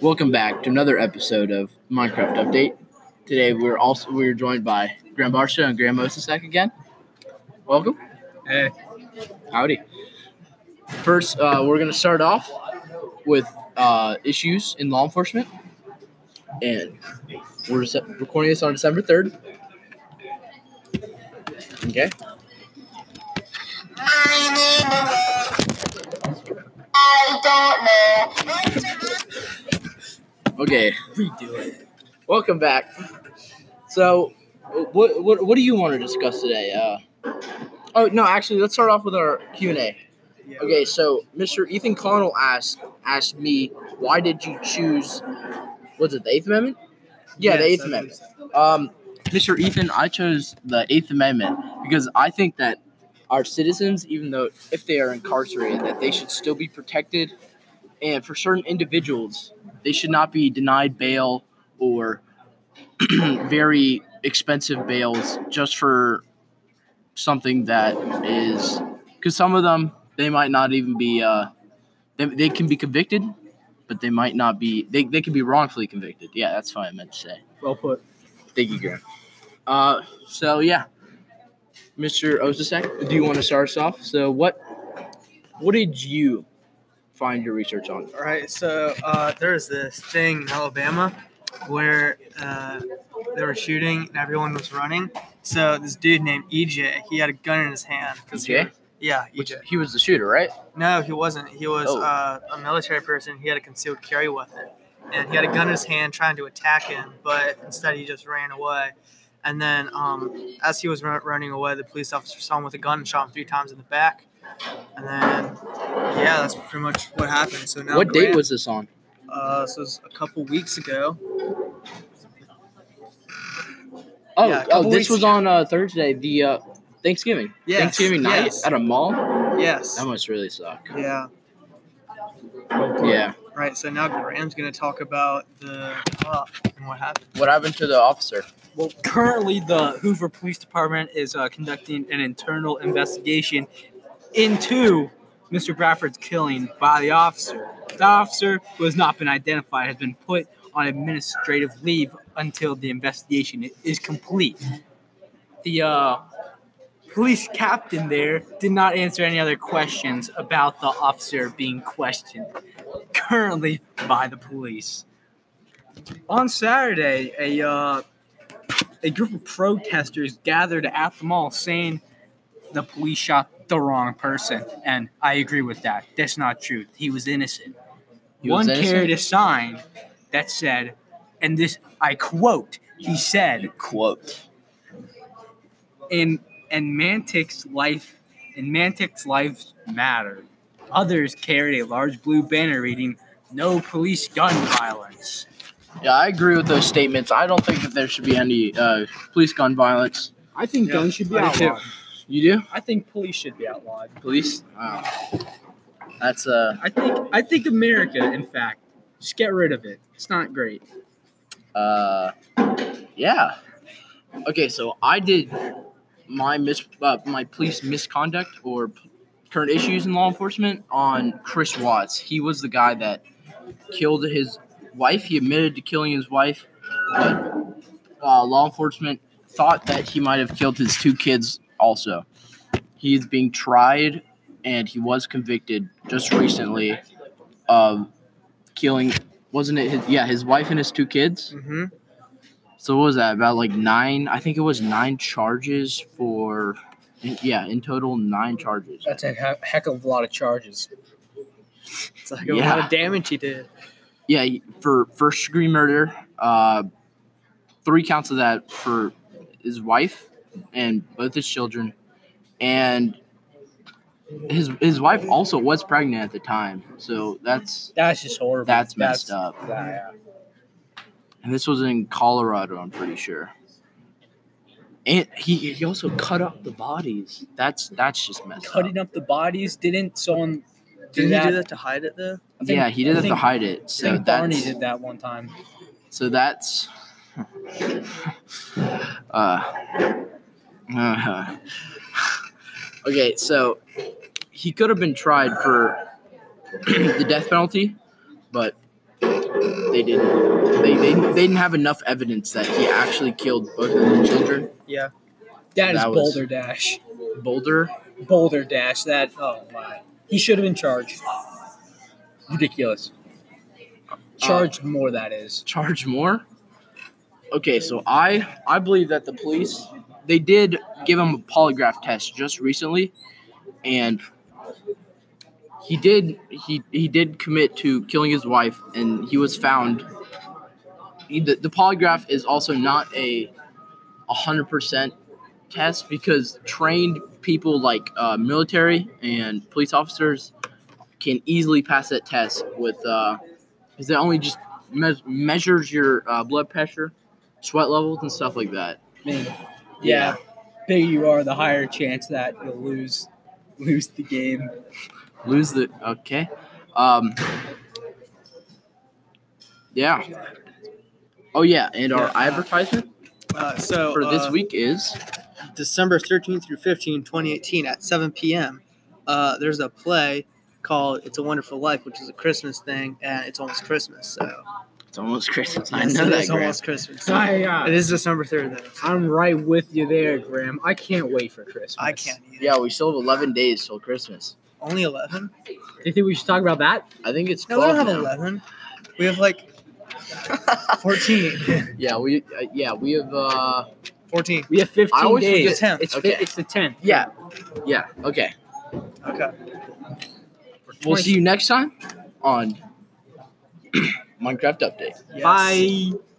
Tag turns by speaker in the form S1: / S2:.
S1: Welcome back to another episode of Minecraft Update. Today we're also we're joined by Grand Barsha and Grand Mosasack again. Welcome.
S2: Hey,
S1: Howdy. First, uh, we're going to start off with uh, issues in law enforcement. And we're dece- recording this on December 3rd. Okay.
S3: I don't know.
S1: Okay.
S2: redo it.
S1: Welcome back. So, what, what, what do you want to discuss today? Uh, oh, no, actually, let's start off with our Q&A.
S2: Yeah.
S1: Okay, so Mr. Ethan Connell asked asked me, why did you choose? Was it the Eighth Amendment? Yeah, the Eighth Amendment. Um, Mr. Ethan, I chose the Eighth Amendment because I think that our citizens, even though if they are incarcerated, that they should still be protected, and for certain individuals, they should not be denied bail or very expensive bails just for something that is because some of them they might not even be uh they, they can be convicted but they might not be they, they can be wrongfully convicted yeah that's what i meant to say
S2: Well put.
S1: thank you graham uh so yeah mr osasek do you want to start us off so what what did you find your research on
S2: All right, so uh, there was this thing in Alabama where uh, they were shooting and everyone was running. So this dude named EJ, he had a gun in his hand. 'cause he
S1: EJ?
S2: was- Yeah,
S1: E
S2: E
S1: Which,
S2: EJ.
S1: he was the shooter right
S2: No, he wasn't. He was
S1: Oh.
S2: uh, a military person. He had a concealed carry weapon, and he had a gun in his hand, trying to attack him. But instead, he just ran away. And then, um, as he was run- running away, the police officer saw him with a gun and shot him three times in the back. And then, yeah, that's pretty much what happened. So now,
S1: what date
S2: Grant-
S1: was this on
S2: uh, so it was a couple weeks ago.
S1: oh
S2: Yeah, a
S1: oh
S2: couple
S1: this
S2: weeks
S1: was
S2: ago.
S1: on uh thursday the uh thanksgiving
S2: Yes,
S1: thanksgiving night
S2: yes.
S1: at a mall
S2: Yes.
S1: that must really suck
S2: Yeah.
S1: yeah
S2: Right. So now Graham's gonna talk about the uh, cop and what happened.
S1: what happened to the officer
S4: Well, currently, the Hoover Police Department is uh, conducting an internal investigation into Mr. Bradford's killing by the officer. The officer, who has not been identified, has been put on administrative leave until the investigation i- is complete. The uh, police captain there did not answer any other questions about the officer being questioned currently by the police. On Saturday, a uh, a group of protesters gathered at the mall saying the police shot the wrong person. And I agree with that. That's not true. He was innocent.
S1: He was
S4: One
S1: innocent?
S4: carried a sign that said, and this I quote, he said,
S1: quote
S4: in and Mantic's life and Mantic's lives matter. Others carried a large blue banner reading, No police gun violence.
S1: Yeah, I agree with those statements. I don't think that there should be any uh, police gun violence.
S4: I think
S2: Yeah, guns
S4: should
S2: be I do too. outlawed.
S1: You do?
S4: I think police should be outlawed.
S1: Police? Wow. That's uh,
S4: I think I think America, in fact, just get rid of it. It's not great.
S1: uh, yeah. Okay, so I did my mis uh, my police misconduct or p- current issues in law enforcement on Chris Watts. He was the guy that killed his wife. He admitted to killing his wife, but uh, law enforcement thought that he might have killed his two kids also. He is being tried and he was convicted just recently of killing wasn't it his yeah, his wife and his two kids.
S2: Mm-hmm.
S1: So what was that about like nine? I think it was nine charges for, yeah, in total nine charges.
S4: That's a he- heck of a lot of charges.
S2: It's like a lot
S1: Yeah.
S2: of damage he did.
S1: Yeah, for first degree murder, uh, three counts of that for his wife and both his children, and his his wife also was pregnant at the time. So that's
S4: That's just horrible.
S1: that's messed up.
S4: Yeah,
S1: And this was in Colorado, I'm pretty sure. And he, he also cut up the bodies. That's that's just messed up.
S4: Cutting up the bodies didn't someone do
S2: Did
S4: that?
S2: he do that to hide it though?
S4: I think-
S1: yeah, he did
S4: I
S1: it to
S4: think-
S1: hide it.
S4: I
S1: So
S4: think
S1: that's
S4: Barney did that one time.
S1: so that's uh, uh okay. So he could have been tried for the death penalty, but they didn't they, they they didn't have enough evidence that he actually killed both of the children.
S2: Yeah.
S4: That is
S1: That was-
S4: Boulder Dash.
S1: Boulder,
S4: Boulder Dash. That. Oh my. He should have been charged. Ridiculous. Charged
S1: Uh,
S4: more. That is.
S1: charge more. Okay, so I I believe that the police they did give him a polygraph test just recently, and he did he he did commit to killing his wife, and he was found. He, the, the polygraph is also not a hundred percent test because trained people like uh, military and police officers can easily pass that test with because it only just me- measures your uh, blood pressure, sweat levels, and stuff like that.
S4: Man. Yeah. Bigger you are, the higher chance that you'll lose lose the game.
S1: Lose the okay. Um, yeah. Oh yeah, and our advertisement
S2: Uh, so
S1: for this
S2: uh,
S1: week is
S2: December 13th through 15, 2018, at 7 p.m. Uh, there's a play called "It's a Wonderful Life," which is a Christmas thing, and it's almost Christmas. So
S1: it's almost Christmas. I
S2: Yes,
S1: know
S2: it
S1: that.
S2: is
S1: Grant.
S2: almost Christmas.
S4: I, uh,
S2: it is December 3rd, though.
S4: I'm right with you there, Graham. I can't wait for Christmas.
S2: I can't. Either.
S1: Yeah, we still have eleven days till Christmas.
S2: Only 11.
S4: Do you think we should talk about that?
S1: I think it's
S2: No, we
S1: twelve.
S2: don't have
S1: now.
S2: 11. We have like 14.
S1: Yeah, we uh, yeah we have uh
S2: 14.
S4: We have 15
S1: I always
S4: days.
S2: forget-
S4: It's,
S1: Okay.
S4: fi- it's the 10th.
S1: yeah yeah okay.
S2: Okay.
S1: We'll see you next time on Minecraft update.
S2: Yes.
S5: Bye.